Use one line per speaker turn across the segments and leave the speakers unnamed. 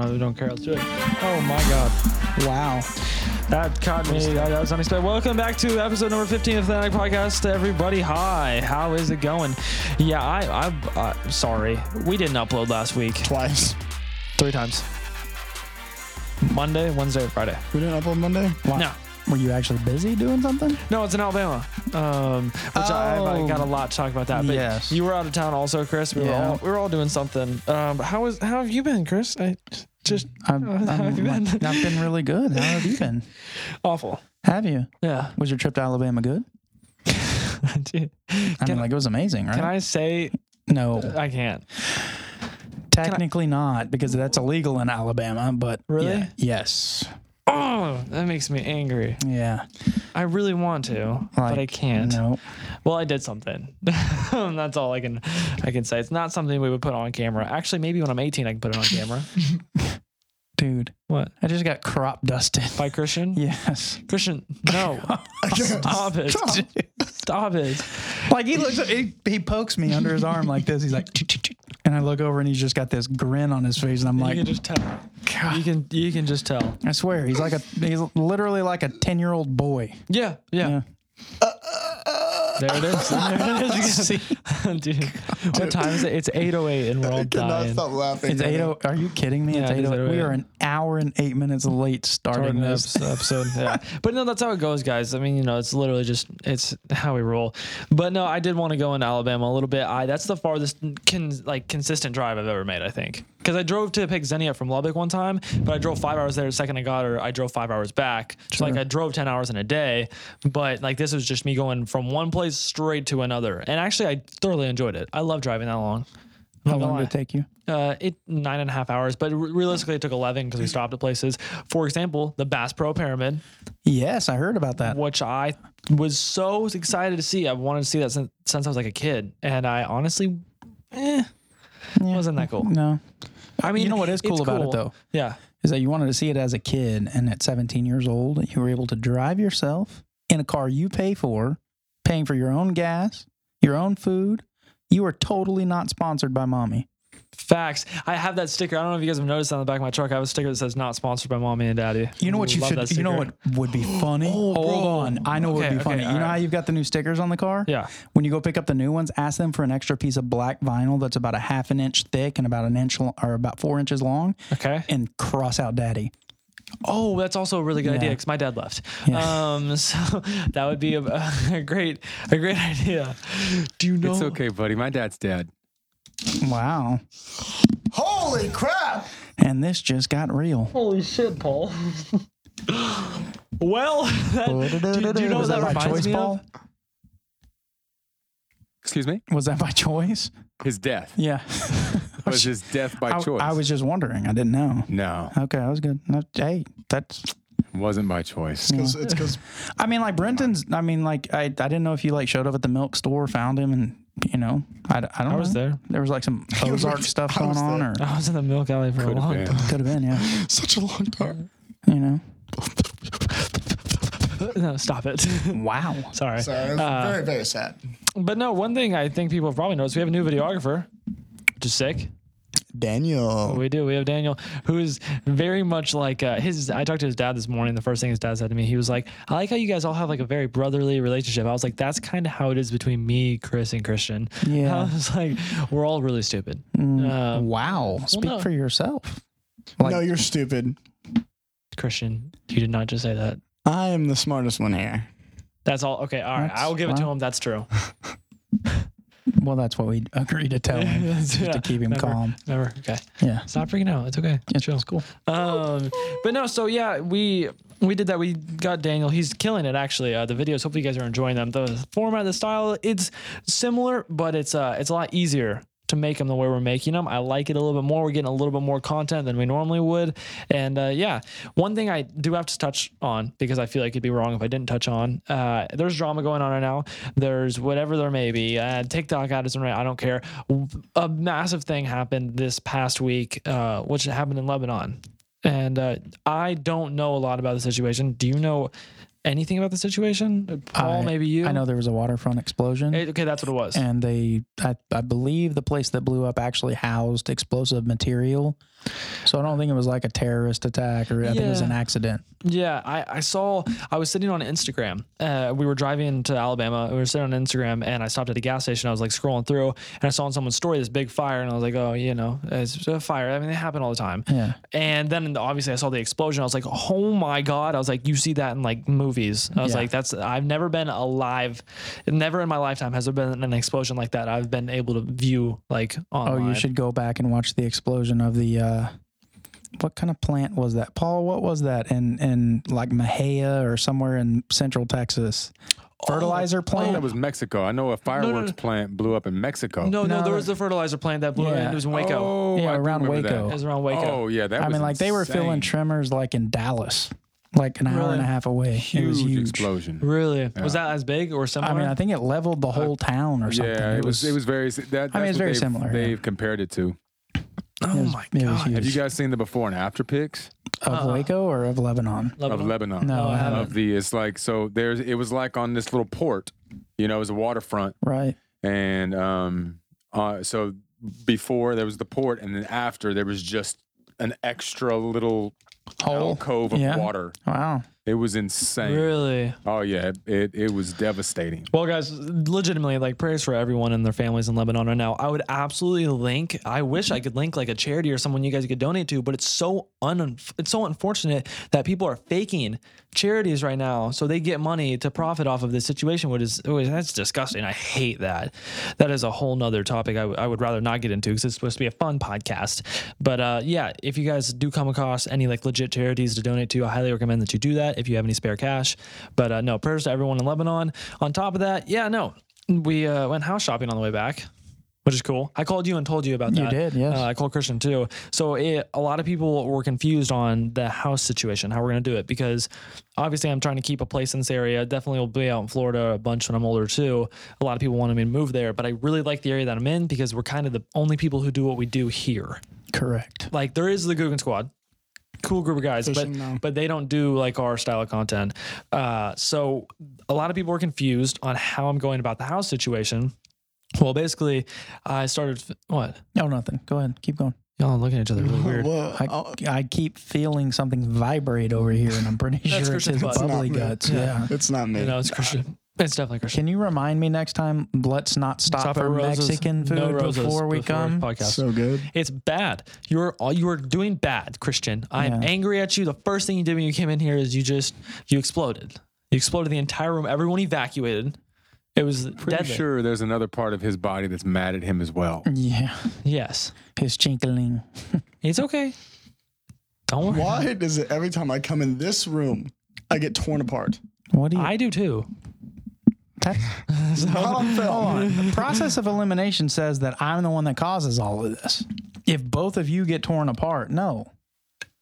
really don't care. Let's do it. Oh my God,
Wow.
that caught me. That, that was unexpected. Welcome back to episode number 15 of the Fanatic Podcast. Everybody, hi. How is it going? Yeah, I, I, uh, sorry, we didn't upload last week.
Twice.
Three times. Monday, Wednesday, Friday.
We didn't upload Monday? Why?
No.
Were you actually busy doing something?
No, it's in Alabama, um, which I, I've
Oh.
got a lot to talk about that. Uh, But
Yes.
you were out of town also, Chris. We were
Yeah.
all we were all doing something. Um, how is how have you been, Chris? I just
I've,
How have you been?
I've been really good. How have you been?
awful.
Have you?
Yeah.
Was your trip to Alabama good?
Dude,
I
Can-
mean, like, it was amazing, right?
Can I say
no,
I can't?
technically not, because that's illegal in Alabama, but.
Really?
yeah. yes.
Oh, that makes me angry.
Yeah.
I really want to, but I
Like,
can't.
No.
Well, I did something. That's all I can I can say. It's not something we would put on camera. Actually, maybe when I'm 18, I can put it on camera.
Dude,
what?
I just got crop dusted.
By Christian?
Yes.
Christian, no. Stop it. Stop it.
Like he looks, he, he pokes me under his arm like this. He's like, "Ch-ch-ch-ch." and I look over and he's just got this grin on his face, and I'm like,
you can just tell.
God.
You can you can just tell.
I swear, he's like a, he's literally like a ten year old boy.
Yeah, yeah.
Yeah.
There it is. There it is. Dude, what time is it? It's 8:08 and we're all dying.
laughing.
It's eight oh. Are you kidding me?
Yeah,
it's
it
eight
is
oh. We
8:08.
are an hour and eight minutes late starting
Starting
this.
ep- episode. Yeah. But no, that's how it goes, guys. I mean, you know, it's literally just it's how we roll. But no, I did want to go into Alabama a little bit. I that's the farthest can like consistent drive I've ever made, I think. Because I drove to pick Xenia up from Lubbock one time, but I drove five hours there the second I got her, I drove five hours back. So like I drove ten hours in a day. But like this was just me going from one place straight to another. And actually I thoroughly enjoyed it. I love driving that long. Not
How
gonna
long did
lie.
it take you?
Uh, it nine and a half hours, but re- realistically, it took eleven because we stopped at places. For example, the Bass Pro Pyramid,
Yes, I heard about that.
which I was so excited to see. I've wanted to see that since, since I was like a kid, and I honestly, eh,
Yeah.
wasn't that cool.
No.
I mean,
you know what is
it's
cool about it though
Yeah,
is that you wanted to see it as a kid, and at 17 years old, you were able to drive yourself in a car you pay for, paying for your own gas, your own food. You are totally not sponsored by mommy.
facts. I have that sticker. I don't know if you guys have noticed on the back of my truck. I have a sticker that says "Not sponsored by mommy and daddy."
You know what you
Love
should.
that
You know what
sticker. Oh,
would be funny. Hold
bro.
on, I know what
Okay,
would
okay,
be funny.
all
you know
right.
how you've got the new stickers on the car.
Yeah.
When you go pick up the new ones, ask them for an extra piece of black vinyl that's about a half an inch thick and about an inch lo- or about four inches long,
Okay.
and cross out daddy.
Oh, that's also a really good idea because my dad left. Um, so that would be a, a great, a great idea. Do you know?
It's okay, buddy. My dad's dead.
Wow.
Holy crap!
And this just got real.
Holy shit, Paul. well, that, do, do you know what
Was
that,
that by
reminds
choice,
me
Paul?
of?
Excuse me?
Was that by choice?
His death.
Yeah.
was his death by
I,
choice.
I was just wondering. I didn't know.
No,
Okay, that was good. No, Hey, that's.
it wasn't by choice.
It's because
I mean, like Brenton's. I mean, like I, I didn't know if you like showed up at the milk store, found him, and you know, I, I don't know.
I was there.
There was like some Ozark stuff
I
going
was
on,
there.
or
I was in the milk alley for a
Could have
long
been.
time.
could have been, yeah.
such a long time.
You know.
No, stop it.
Wow.
Sorry.
Sorry, it's very very sad.
But no, one thing I think people have probably noticed we have a new videographer, which is sick.
Daniel,
We do. We have Daniel, who is very much like uh, his. I talked to his dad this morning. The first thing his dad said to me, he was like, "I like how you guys all have like a very brotherly relationship." I was like, "That's kind of how it is between me, Chris, and Christian."
Yeah. Mm.
I was like, "We're all really stupid." Um,
Wow. Speak
no.
for yourself.
no, you're stupid.
Christian, you did not just say that.
I am the smartest one here.
That's all. Okay. All right.
That's-
I'll give it to
wow.
him. That's true.
Well, that's what we agreed to tell him
That's-
just
yeah,
to keep him
never,
calm.
Never. Okay.
Yeah.
Stop freaking out. It's okay.
It's it's cool.
Um, but no. So yeah, we we did that. We got Daniel. He's killing it. Actually, uh, the videos. Hopefully, you guys are enjoying them. The format, the style, it's similar, but it's uh, it's a lot easier to make them the way we're making them. I like it a little bit more. We're getting a little bit more content than we normally would. And uh, yeah, one thing I do have to touch on because I feel like it'd be wrong if I didn't touch on. Uh, there's drama going on right now. There's whatever there may be. Uh, TikTok ad isn't right. I don't care. A massive thing happened this past week, uh, which happened in Lebanon. And uh, I don't know a lot about the situation. Do you know anything about the situation? Paul,
I-
maybe you?
I know there was a waterfront explosion.
Eh, okay, that's what it was.
and they I, I believe the place that blew up actually housed explosive material So I don't think it was like a terrorist attack or I think it was
Yeah.
an accident.
Yeah, I, I saw, I was sitting on Instagram. Uh, we were driving to Alabama. We were sitting on Instagram and I stopped at a gas station. I was like scrolling through and I saw on someone's story this big fire and I was like, oh, you know, it's a fire. I mean, they happen all the time.
Yeah.
And then obviously I saw the explosion. I was like, oh my God. I was like, you see that in like movies. I was
Yeah.
like, that's, I've never been alive. Never in my lifetime has there been an explosion like that. I've been able to view like
Oh,
online.
you should go back and watch the explosion of the uh what kind of plant was that? Paul, what was that in in like Mahia or somewhere in central Texas?
Oh,
Fertilizer
I thought it
plant?
was Mexico. I know a fireworks plant blew up in Mexico.
No, no,
No,
there was the fertilizer plant that blew
Yeah.
in. It was in Waco.
Oh,
Yeah,
I do
around
remember
It
Waco.
was around
That.
Waco.
Oh, yeah, that
I
was
mean like they were feeling
insane.
tremors like in Dallas, like an hour
Really?
and a half away.
huge,
it was huge.
explosion.
Really? Was that as big or similar?
I mean, I think it leveled the whole town or something.
Yeah, it was it was very. That, that's
it's
what
very
they've-
similar, yeah.
They've compared it to.
oh my
it was
god.
huge.
Have you guys seen the before and after pics
of
Uh-uh.
Waco or of Lebanon?
Lebanon?
of Lebanon?
No, I haven't.
Of the it's like so there's it was like on this little port, you know, it was a waterfront,
Right.
and um, uh, so before there was the port, and then after there was just an extra little
Hole.
alcove of
Yeah.
water.
Wow.
It was insane.
Really?
Oh yeah, it, it it was devastating.
Well, guys, legitimately, like prayers for everyone and their families in Lebanon right now. I would absolutely link. I wish I could link like a charity or someone you guys could donate to, but it's so un it's so unfortunate that people are faking charities right now so they get money to profit off of this situation. Which is which- that's disgusting. I hate that. That is a whole nother topic I, w- I would rather not get into because it's supposed to be a fun podcast. But uh, yeah, if you guys do come across any like legit charities to donate to, I highly recommend that you do that if you have any spare cash. But uh, no, prayers to everyone in Lebanon. On top of that, yeah, no, we uh, went house shopping on the way back. Which is cool. I called you and told you about
You
that.
did, yes.
Uh, I called Christian too. So it, a lot of people were confused on the house situation, how we're going to do it, because obviously I'm trying to keep a place in this area. Definitely will be out in Florida a bunch when I'm older too. A lot of people wanted me to move there, but I really like the area that I'm in because we're kind of the only people who do what we do here
Correct.
like there is the Guggen Squad, cool group of guys,
Fishing,
but
no.
but they don't do like our style of content. Uh, so a lot of people were confused on how I'm going about the house situation. Well, basically, I started what
No, Oh, nothing. Go ahead. Keep going.
y'all are looking at each other really weird.
Whoa,
I,
oh,
I keep feeling something vibrate over here, and I'm pretty
That's
sure it's
Christian's
his
butt. It's
not
bubbly
me.
guts. Yeah.
it's not me.
You know, it's Christian. It's definitely Christian.
Can you remind me next time? Let's not stop,
Stop
for
at Rose's-
Mexican food
no Rose's
before we come.
Podcast.
so good.
It's bad. You're all you are doing bad, Christian. I am
Yeah.
angry at you. The first thing you did when you came in here is you just you exploded. You exploded the entire room. Everyone evacuated. It was
Pretty
deadly.
sure there's another part of his body that's mad at him as well.
yeah,
Yes,
his chinkling.
it's okay. Don't worry.
Why does it every time I come in this room, I get torn apart?
What do you?
I do too.
Not on film.
the process of elimination says that I'm the one that causes all of this. If both of you get torn apart, no,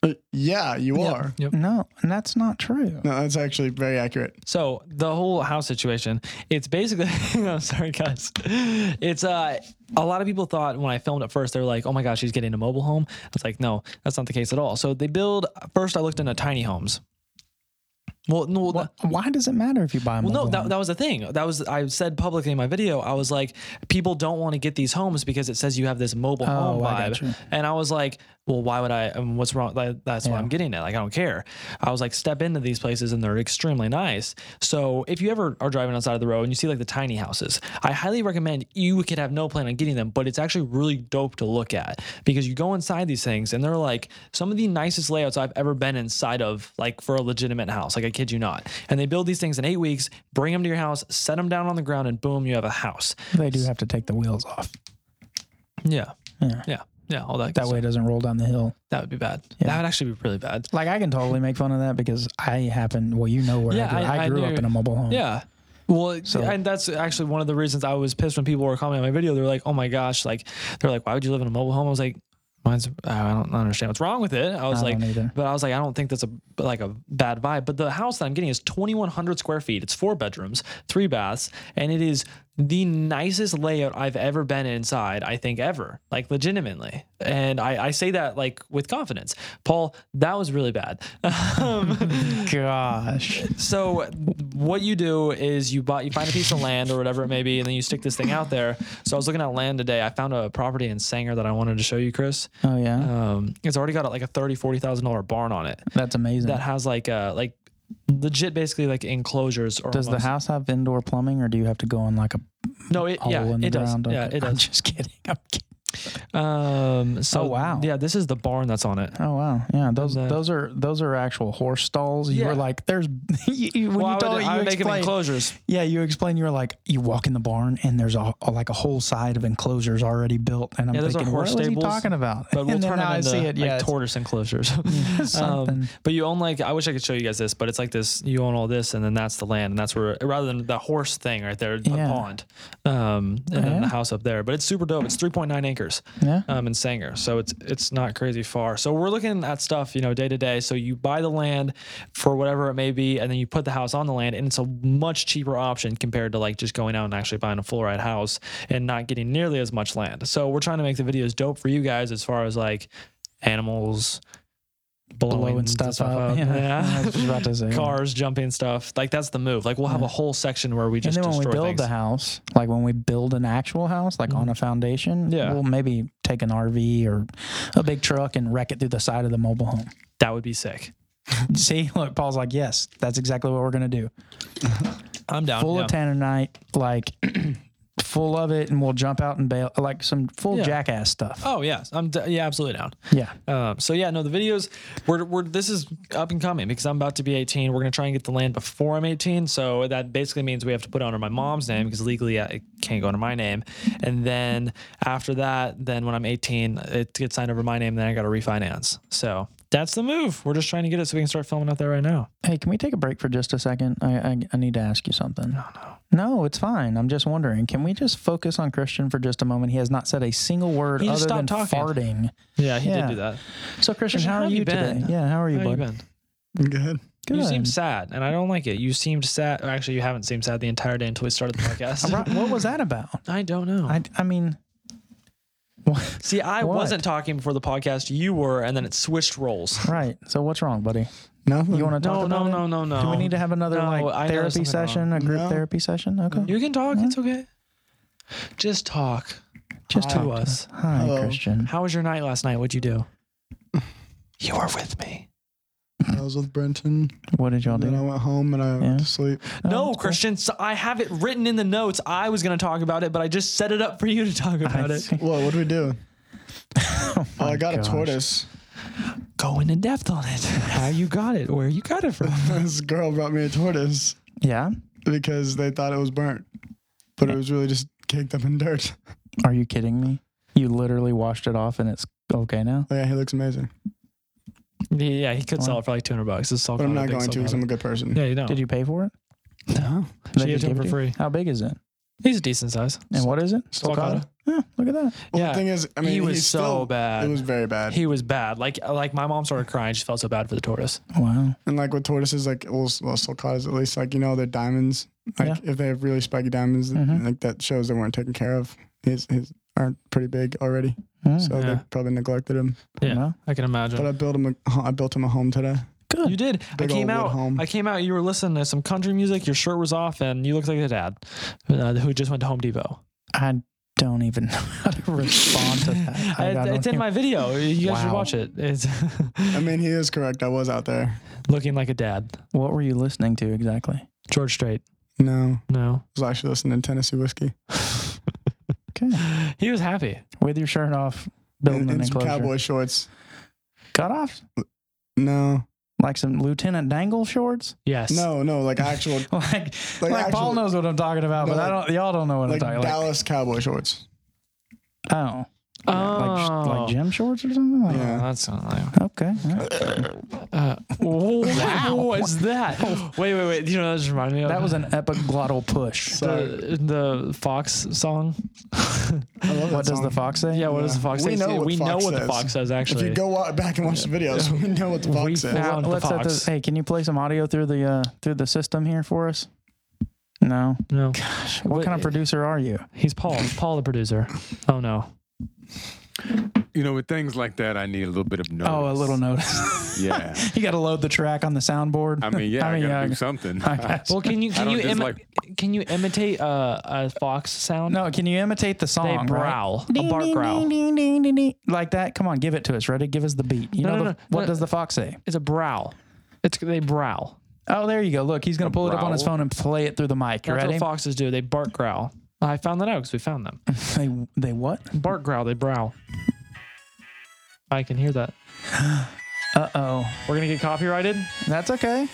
Uh, Yeah, you are.
Yep.
no, and that's not true.
No, that's actually very accurate.
So the whole house situation, it's basically I'm sorry guys. It's uh a lot of people thought when I filmed at first, they were like, oh my gosh, she's getting a mobile home. I was like, no, that's not the case at all. So they build first I looked into tiny homes. Well, no, well,
Why does it matter if you buy?
Well,
mobile
no,
home?
that, that was the thing. That was I said publicly in my video. I was like, people don't want to get these homes because it says you have this mobile home
I
vibe,
got you.
and Oh, I was like, well, why would I? um what's wrong? Like, that's why I'm getting it. Like, I don't care. I was like, step into these places, and they're extremely nice. So if you ever are driving outside of the road and you see like the tiny houses, I highly recommend you could have no plan on getting them, but it's actually really dope to look at because you go inside these things and they're like some of the nicest layouts I've ever been inside of, like for a legitimate house. Like I kid you not. And they build these things in eight weeks, bring them to your house, set them down on the ground, and boom, you have a house.
they do have to take the wheels off.
Yeah,
Yeah.
yeah, yeah. All that.
That way it doesn't roll down the hill.
that would be bad.
Yeah.
That would actually be really bad.
Like I can totally make fun of that because I happen. Well, you know where
Yeah,
I grew, I,
I- I
grew
knew-
up in a mobile home.
Yeah. Well,
So-
and that's actually one of the reasons I was pissed when people were commenting on my video. They're like, "Oh my gosh!" Like, they're like, "Why would you live in a mobile home?" I was like, "Mine's I don't understand what's wrong with it." I was
I
like,
don't either.
"But I was like, I don't think that's a like a bad vibe." But the house that I'm getting is 2,100 square feet. It's four bedrooms, three baths, and it is the nicest layout I've ever been inside, I think ever, like legitimately. And I, I say that like with confidence. Paul, that was really bad. Um,
Gosh.
so what you do is you buy you find a piece of land or whatever it may be, and then you stick this thing out there. So I was looking at land today. I found a property in Sanger that I wanted to show you, Chris.
Oh yeah.
Um, it's already got like a thirty, forty thousand dollar barn on it
That's amazing.
that has like uh like legit basically like enclosures or
does the
almost-
house have indoor plumbing or do you have to go in like a
no it
hole
yeah
in the
it does
ground?
yeah
Okay.
it
I'm
does
just kidding. I'm kidding.
um so
Oh, wow.
yeah this is the barn that's on it
Oh wow. Yeah, those
that-
those are those are actual horse stalls. You
Yeah.
were like there's you, you- when
well,
you
I
told
would,
you
I would make them
explained-
enclosures
Yeah, you explained you were like you walk in the barn and there's a, a- like a whole side of enclosures already built and I'm
Yeah, those are
thinking what
horse
was he
stables,
talking about?
but we'll
and then
turn
now
them
I
into
see it. Yeah.
like
it's-
tortoise enclosures
something.
Um, but you own like I wish I could show you guys this, but it's like this: you own all this, and then that's the land, and that's where rather than the horse thing right there, the
Yeah. Oh,
pond, um, and then
Yeah.
the house up there. But it's super dope. It's 3.9 acres,
Yeah.
um, in Sanger, so it's it's not crazy far. So we're looking at stuff, you know, day to day. So you buy the land for whatever it may be, and then you put the house on the land, and it's a much cheaper option compared to like just going out and actually buying a full ride house and not getting nearly as much land. So we're trying to make the videos dope for you guys as far as like animals.
blowing, stuff, up. Yeah. Oh I was just about to say.
cars jumping stuff like that's the move like we'll have a whole section where we
And
just
then when we
destroy
build
things Mm-hmm.
the house, like when we build an actual house, like on a foundation,
Yeah.
we'll maybe take an RV or a big truck and wreck it through the side of the mobile home.
that would be sick
See, look, Paul's like, yes, that's exactly what we're gonna do.
i'm down
Full
yeah.
of tanninite, like full of it, and we'll jump out and bail, like some full
Yeah.
jackass stuff.
oh yeah i'm d- yeah absolutely down
Yeah,
um, so yeah no the videos we're, we're this is up and coming because i'm about to be 18 we're going to try and get the land before i'm 18 so that basically means we have to put it under my mom's name because legally I, it can't go under my name and then after that then when i'm 18 it gets signed over my name then i got to refinance so that's the move we're just trying to get it so we can start filming out there right now
Hey, can we take a break for just a second? I, I, I need to ask you something. No, no. No, it's fine. I'm just wondering. Can we just focus on Christian for just a moment? He has not said a single word
He just
other than
stopped talking.
farting.
yeah he
Yeah.
did do that
So, Christian,
Christian,
how,
how
are
have
you,
you been?
today? Yeah, how are you,
How
bud?
you been?
Good.
Good.
You seem sad, and I don't like it. You seemed sad. or Actually, you haven't seemed sad the entire day until we started the podcast.
Right, what was that about?
I don't know.
I, I mean,
See, I
What?
wasn't talking before the podcast. You were, and then it switched roles.
right. So, what's wrong, buddy?
Nothing.
You want to
No,
talk
no,
about
no,
it?
no, no.
Do we need to have another
No, I
like
know
therapy
something wrong.
session, a group
No.
therapy session? Okay.
You can talk. It's okay. Just talk.
Just
to
talk to
us.
Hi,
Hello.
Christian.
How was your night last night? What'd you do? You were with me.
I was with Brenton.
What did y'all
And then I
do?
went home and I
Yeah.
went to sleep.
Oh,
No,
that's cool.
Christian. So I have it written in the notes. I was going to talk about it, but I just set it up for you to talk about
I
it.
see.
What? What did we do? oh, I got
gosh.
a tortoise.
Going in depth on it. How you got it? Where you got it from?
this girl brought me a tortoise
Yeah.
because they thought it was burnt, but it was really just caked up in dirt.
Are you kidding me? You literally washed it off and it's okay now?
yeah, he looks amazing,
Yeah, he could sell it for like two hundred bucks. It's all
but I'm
kind
not
of big
going to
somehow.
because I'm a good person.
Yeah, you don't.
Did you pay for it?
Oh. No.
They
She gave
just
it to him
give
for
it to
free.
you? How big is it?
He's a decent size.
And what is it?
Stolcata.
Yeah, look at that.
Well,
Yeah.
the thing is, I mean,
he was
he's
so
still,
bad.
It was very bad.
He was bad. Like like my mom started crying. She felt so bad for the tortoise.
Wow.
and like with tortoises, like well, s- well sulcatas at least, like you know, they're diamonds. Like if they have really spiky diamonds,
Mm-hmm.
Mhm.
like that shows they weren't taken care of. His his aren't pretty big already,
Mm,
so
Yeah.
they probably neglected him.
Yeah.
wow.
I can
But
imagine.
I built him a I built him a home today.
You did. I
Big
came
old wood
out.
home.
I came out. You were listening to some country music. Your shirt was off, and you looked like a dad uh, who just went to Home Depot.
I don't even know how to respond to that.
I,
I, I
it's
don't
in
even-
my video. You guys should
Wow.
watch it. It's
I mean, he is correct. I was out there.
looking like a dad.
What were you listening to exactly?
George Strait.
No,
No,
I was actually listening to Tennessee whiskey
Okay.
he was happy.
With your shirt off, building
and,
an
and some
enclosure.
cowboy shorts.
Cut off?
No,
Like some Lieutenant Dangle shorts?
Yes.
no, no, like actual
Like, like, Paul
actual-
knows what I'm talking about,
No,
but I
like-
don't, y'all don't know what
like
I'm talking about.
Dallas cowboy shorts.
Oh.
Oh.
Like, sh- like gym shorts or something? Like,
Oh,
Yeah.
that's not like.
Okay. all right.
Uh, wow. What was that? Wait, wait, wait. You know, that just reminded me of
That was an epiglottal push.
the, the Fox song.
I love that
What does
song.
the fox say?
Yeah, what does the Fox
We
say?
know
See,
what
we
the
know
fox
what the
says.
Fox says,
If
actually.
you go wa- back and watch the videos, we know what the
We
fox says.
found-
Let's
the
set
fox.
this- hey, can you play some audio through the uh, through the system here for us? No.
No,
Gosh, what
Wait,
kind of producer are you?
he's Paul. Paul, the producer. Oh no.
You know, with things like that, I need a little bit of notice.
Oh, a little notice.
Yeah.
you got to load the track on the soundboard.
I mean, yeah, I,
I mean,
gotta
yeah, I-
do something.
I guess.
Well, can you can
don't
you imi-
dislike-
can you imitate uh, a fox sound?
no, can you imitate the
they
song? right?
growl, a bark growl.
ding, ding, ding, ding. Like that. Come on, give it to us. Ready? Give us the beat. You
No,
know
no,
the,
no,
what
no.
does the fox say?
It's a browl. It's they growl.
Oh, there you go. Look, he's gonna pull it up on his
growl?
phone and play it through the mic.
That's
Ready?
what foxes do. They bark growl. I found that out because we found them.
They they what?
Bark growl. They growl. I can hear that.
Uh oh.
We're gonna get copyrighted.
That's okay.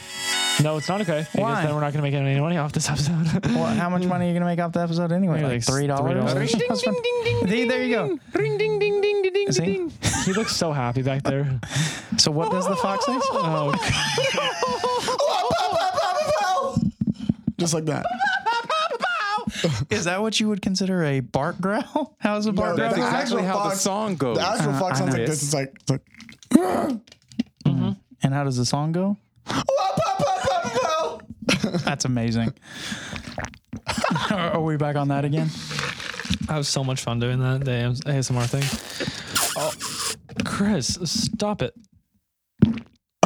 No, it's not okay.
Why?
Because then we're not gonna make any money off this episode.
Well, how much money are you gonna make off the episode anyway?
Maybe
Like
like
three dollars.
$3.
There you go.
Ring, ding, ding, ding, ding, ding,
See?
he looks so happy back there.
So what does the fox say?
Oh,
Oh, Just like that.
Is that what you would consider a bark growl? How's a bark
That's
The
growl?
actual
exactly how the
fox-
song goes.
The actual
Uh,
fox
I
sounds
know.
like this. It's like, it's like
And how does the song go?
oh,
That's amazing. are, are we back on that again?
that was so much fun doing that the ASMR thing. Oh, Chris, stop it.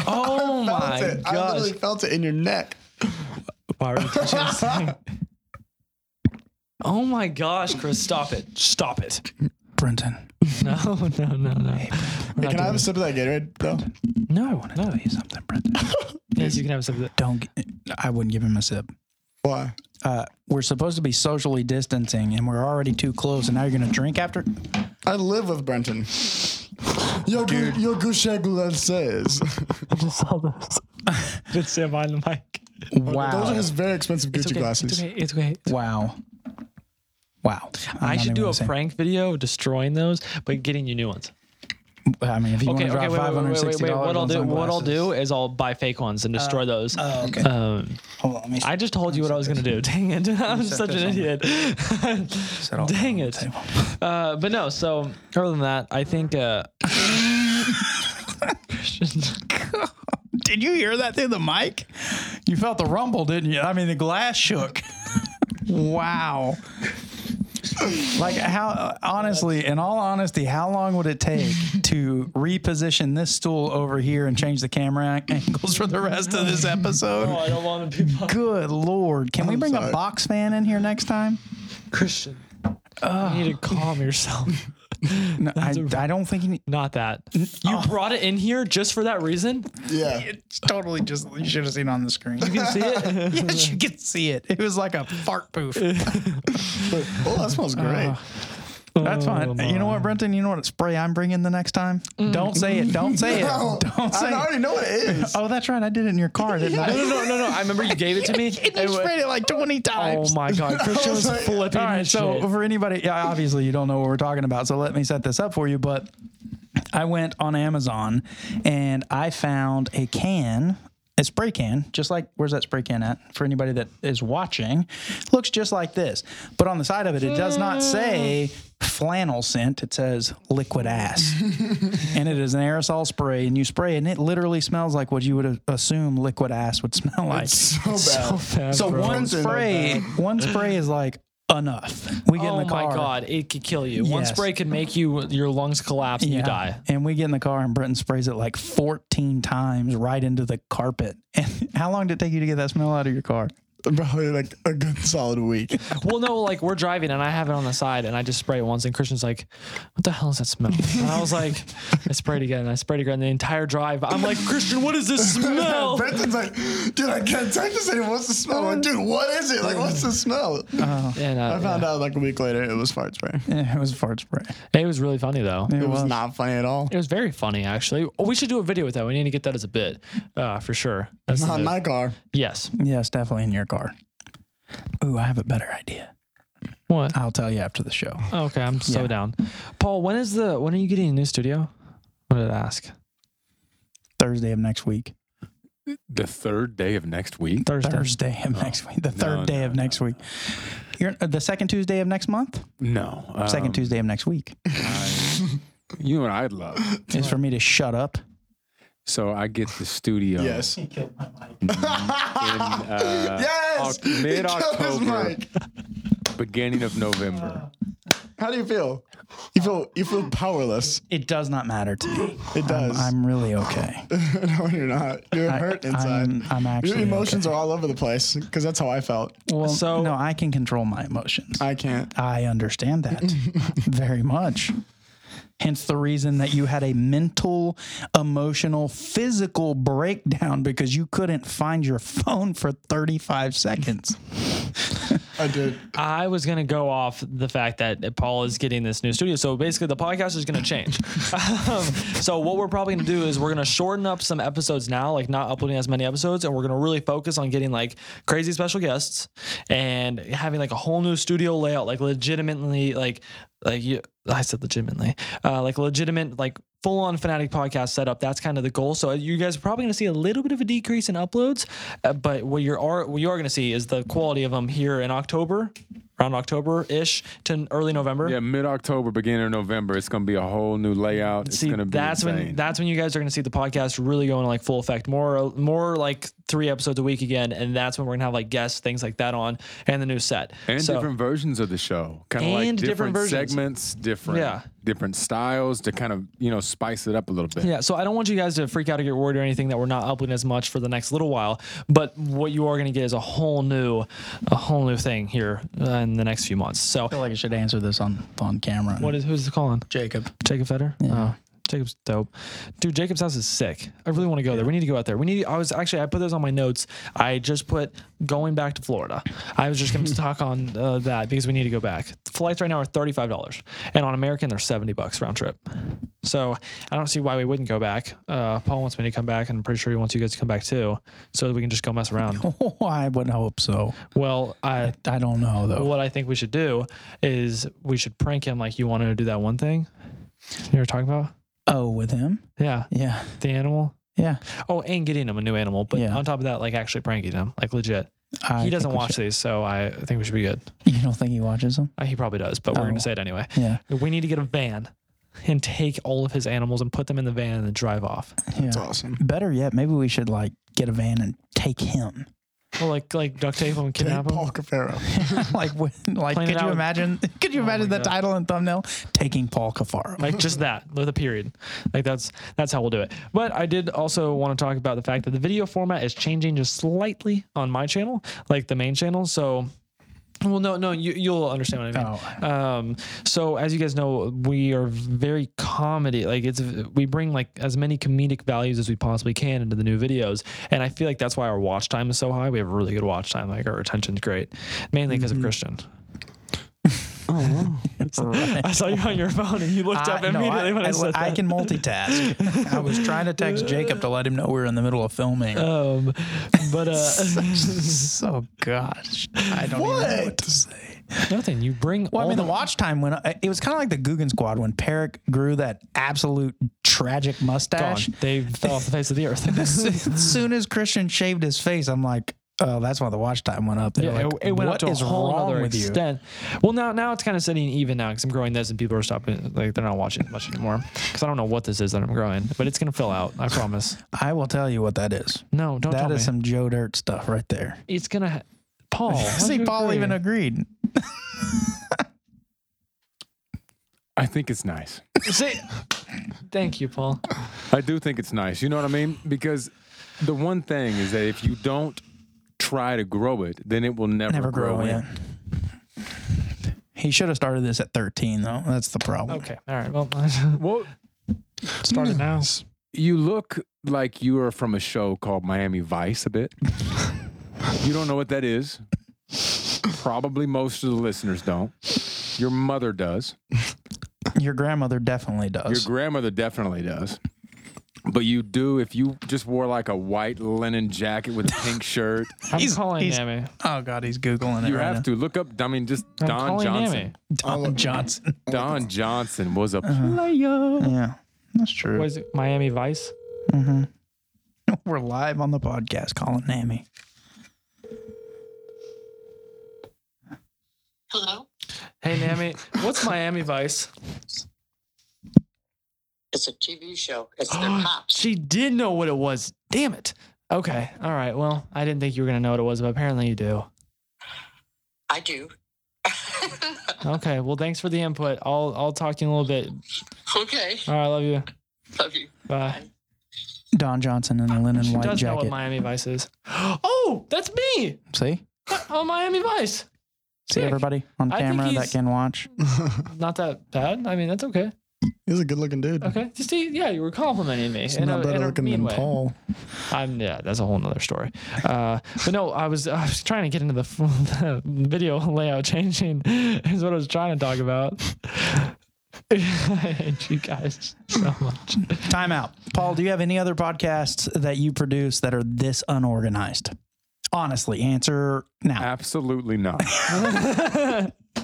Oh
felt
my
it. I
gosh.
literally felt it in your neck.
Why are you touching this thing? Oh my gosh, Chris, stop it. Stop it.
Brenton,
No, no, no, no. We're
Hey,
not
can I
doing
have a
this.
sip of that Gatorade though?
No, no.
tell you something, Brenton.
Yes, you can have something.
Don't. Get, I wouldn't give him a sip.
Why?
Uh, we're supposed to be socially distancing, and we're already too close. And now you're gonna drink after.
I live with Brenton. Yo, gu- yo, Gushegula says.
I just saw this. Did stay behind the mic.
Wow.
Those are his very expensive Gucci
It's okay. It's
glasses.
okay. It's okay.
Wow. Wow. I'm
I
not even
should do
gonna
a
say-
prank video destroying those, but getting you new ones.
I mean, if you
Okay, okay, wait,
want to drop
wait,
five
wait,
hundred
wait,
sixty
wait.
dollars
What I'll
on
do, what I'll
sunglasses-
do is I'll buy fake ones and destroy those.
Oh, okay.
Um,
Hold on, let me.
I just told you what I was gonna do. Dang it! I'm such an idiot.
all
Dang it! Uh, but no. So other than that, I think. Uh, Christian,
Did you hear that through the mic? You felt the rumble, didn't you? I mean, the glass shook. wow. Like how honestly, in all honesty, how long would it take to reposition this stool over here and change the camera angles for the rest of this episode?
Oh, I don't want to be
Good lord! Can we bring a
sorry.
box fan in here next time?
Christian. you need to calm yourself.
No, I, I don't think you need,
Not that you brought it in here just for that reason.
Yeah.
It's totally just you should have seen on the screen.
You see it?
yes, you could see it. It was like a fart poof.
Oh, that smells great.
That's fine.
Oh
you know what, Brenton? You know what spray I'm bringing the next time? Don't say it. Don't say
No,
it. Mm. Don't
I
say it.
already know what it is.
Oh, that's right. I did it in your car, didn't
No,
I?
no, no, no, no. I remember you gave it to me.
You sprayed it like 20
Oh
times.
my god, Christian was
like-
flipping.
All right, so for anybody, yeah, obviously you don't know what we're talking about, so let me set this up for you. But I went on Amazon and I found a can, a spray can, just like where's that spray can at? For anybody that is watching, looks just like this, but on the side of it, it does not say flannel scent; it says liquid ass, and it is an aerosol spray, and you spray, it and it literally smells like what you would assume liquid ass would smell like.
So bad.
bad,
So
bro.
One
Brenton,
spray, one spray is like enough. We get in
Oh
the car.
my god, it could kill you. One
Yes.
spray could make you your lungs collapse and you
Yeah.
die.
And we get in the car and Brenton sprays it like 14 times right into the carpet. And how long did it take you to get that smell out of your car?
Probably like a good solid week.
Well, no, like we're driving and I have it on the side and I just spray it once and Christian's like, "What the hell is that smell?" And I was like, "I sprayed again. I sprayed again the entire drive." I'm like, "Christian, what is this smell?"
Brenton's like, dude, I can't take this anymore. What's the smell? I'm like, dude, what is it? Like, what's the smell?
And uh,
I found out like a week later it was fart spray.
Yeah, Eh, it was a fart spray.
yeah. it was really funny though.
It was not funny at all.
It was very funny actually. Oh, we should do a video with that. We need to get that as a bit, uh, for sure. That's
Not
the-
in my car.
yes.
Yes, definitely in your car. Ooh, I have a better idea.
What?
I'll tell you after the show.
Okay, I'm so
Yeah.
down. Paul, when is the when are you getting a new studio? What did I ask?
Thursday of next week.
The third day of next week.
Thursday.
Thursday of next week. The third
Oh. No,
day
no,
of next week. You're, uh, the second Tuesday of next month?
No, um,
Second Tuesday of next week.
I- you and I'd love.
Is for me to shut up.
So I get the studio.
Yes.
He killed my mic.
uh,
yes.
Oct-
He killed his
mid-October.
mic.
Beginning of November.
How do you feel? You feel you feel powerless.
It does not matter to me.
It does.
I'm really okay.
no, you're not. You're
I-
hurt inside.
I'm- I'm actually
Your emotions
okay.
are all over the place because that's how I felt.
Well,
So-
no, I can control my emotions.
I can't.
I understand that very much. Hence the reason that you had a mental, emotional, physical breakdown because you couldn't find your phone for 35 seconds.
I did.
I was gonna go off the fact that Paul is getting this new studio, so basically the podcast is gonna change. um, so what we're probably gonna do is we're gonna shorten up some episodes now, like not uploading as many episodes, and we're gonna really focus on getting like crazy special guests and having like a whole new studio layout, like legitimately, like like you, I said legitimately, uh, like legitimate, like full on fanatic podcast setup. That's kind of the goal. So you guys are probably going to see a little bit of a decrease in uploads, uh, but what you are what you are going to see is the quality of them here in October, around October ish to early November.
Yeah, mid October, beginning of November. It's gonna be a whole new layout. It's
See,
gonna be
that's when
insane.
that's when you guys are going to see the podcast really going like full effect. More more like three episodes a week again, and that's when we're going to have like guests, things like that on, and the new set.
and
So-
different versions of the show, kind of like
And
different,
different versions.
segments, different
Yeah.
different styles to kind of you know spice it up a little bit.
Yeah, so I don't want you guys to freak out or get worried or anything that we're not uploading as much for the next little while. But what you are going to get is a whole new, a whole new thing here uh, in the next few months. So
I feel like I should answer this on, on camera.
what is who's calling?
Jacob?
Jacob Fetter. Oh, Jacob's dope, dude. Jacob's house is sick. I really want to go there. We need to go out there. We need. I was actually I put those on my notes. I just put going back to Florida. I was just going to talk on uh, that because we need to go back. Flights right now are thirty five dollars, and on American they're seventy bucks round trip. So I don't see why we wouldn't go back. Uh, Paul wants me to come back, and I'm pretty sure he wants you guys to come back too, so that we can just go mess around.
Oh, I would hope so.
Well, I
I don't know though.
what I think we should do is we should prank him like you wanted to do that one thing you were talking about.
Oh, with him?
Yeah,
Yeah.
the animal.
Yeah.
Oh, and getting him a new animal, but
Yeah.
on top of that, like actually pranking him, like legit.
I
he doesn't
think we
watch these, so I think we should be good.
should- You don't think he watches them?
Uh, he probably does, but we're
Oh.
gonna say it anyway.
Yeah.
We need to get a van and take all of his animals and put them in the van and then drive off.
Yeah.
It's awesome.
Better yet, maybe we should like get a van and take him.
Well, like like duct tape him and
Take
kidnap him.
Paul Cafaro.
like, when, like,
Plan it
could you
out.
imagine? Could you
Oh my
imagine the
God.
title and thumbnail? Taking Paul Cafaro.
Like just that with a period. Like that's that's how we'll do it. But I did also want to talk about the fact that the video format is changing just slightly on my channel, like the main channel. So, well, no, no, you you'll understand what I mean.
Oh,
Um, so as you guys know, we are very comedy. Like it's we bring like as many comedic values as we possibly can into the new videos, and I feel like that's why our watch time is so high. We have really good watch time. Like our retention's great, mainly because
Mm-hmm.
of Christian. I saw you on your phone and you looked up
I- no,
immediately
I,
when I,
I-
said
I
that.
can multitask. I was trying to text Jacob to let him know we were in the middle of filming.
um, but uh,
so gosh, I don't even know what to say.
nothing. You bring
Well,
all
I mean,
the
the watch time went. up. It was kind of like the Guggen Squad when Perrick grew that absolute tragic mustache.
gone. They fell off the face of the earth.
as soon as Christian shaved his face, I'm like, oh, that's why the watch time went up. They're
Yeah,
like,
it, it went
"What
up to
is
a whole
wrong
other
with you?"
extent. Well, now now it's kind of sitting even now because I'm growing this and people are stopping, like they're not watching as much anymore because I don't know what this is that I'm growing, but it's gonna fill out. I promise.
I will tell you what that is.
No, don't
That
tell
is
me. Oh,
some Joe Dirt stuff right there.
it's gonna. Ha- Paul, why'd
See,
you
Paul
agree?
even agreed.
I think it's nice.
See, thank you, Paul.
I do think it's nice. You know what I mean? Because the one thing is that if you don't try to grow it, then it will never,
Never
grow,
grow
in.
in. He should have started this at 13, though. That's the problem.
Okay, all right. Well,
Well,
start it now.
you look like you are from a show called Miami Vice a bit. you don't know what that is. Probably most of the listeners don't. Your mother does.
Your grandmother definitely
Your
does.
grandmother definitely does. But you do if you just wore like a white linen jacket with a pink shirt.
I'm
He's-
calling
he's-
Nami.
oh, God, he's Googling it
You
right
have to look up. I mean, just
I'm
Don
calling
Johnson.
Nami.
now. Don Johnson.
Don Johnson was a
yeah, that's true.
Was it Miami Vice?
We're live on the podcast calling Nami.
Hello?
Hey, Nami, what's Miami Vice?
It's a TV show. It's their pops.
Oh, she did know what it was. Damn it. Okay. All right. Well, I didn't think you were gonna know what it was, but apparently you do.
I do.
Okay. Well, thanks for the input. I'll I'll talk to you in a little bit.
okay.
All right. I love you.
Love you.
Bye.
Don Johnson in a linen
She
white
does know what
jacket.
Miami Vice is. Oh, that's me
See?
on Miami Vice.
See
Sick.
everybody on
I think
camera that
he's-
can watch?
Not that bad. I mean, that's okay.
He's a good looking dude.
Okay. You see, yeah, you were complimenting me.
He's
in
not
a- in
better
a
looking
mean
than
way.
Paul.
I'm yeah, that's a whole nother story. Uh, but no, I was I was trying to get into the, the video layout changing is what I was trying to talk about. I hate you guys so much.
Time out. Paul, do you have any other podcasts that you produce that are this unorganized? Honestly, answer now.
Absolutely not.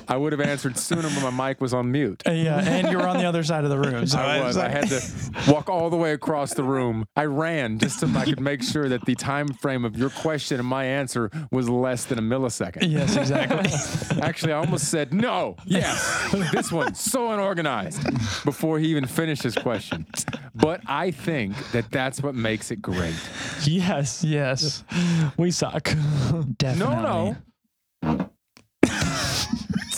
I would have answered sooner, but my mic was on mute.
yeah, and you're on the other side of the room. So
I was. I had to walk all the way across the room. I ran just so I could make sure that the time frame of your question and my answer was less than a millisecond.
Yes, exactly.
Actually, I almost said no. Yes, this one so unorganized before he even finished his question. But I think that that's what makes it great.
Yes,
yes,
we suck.
definitely.
No, no.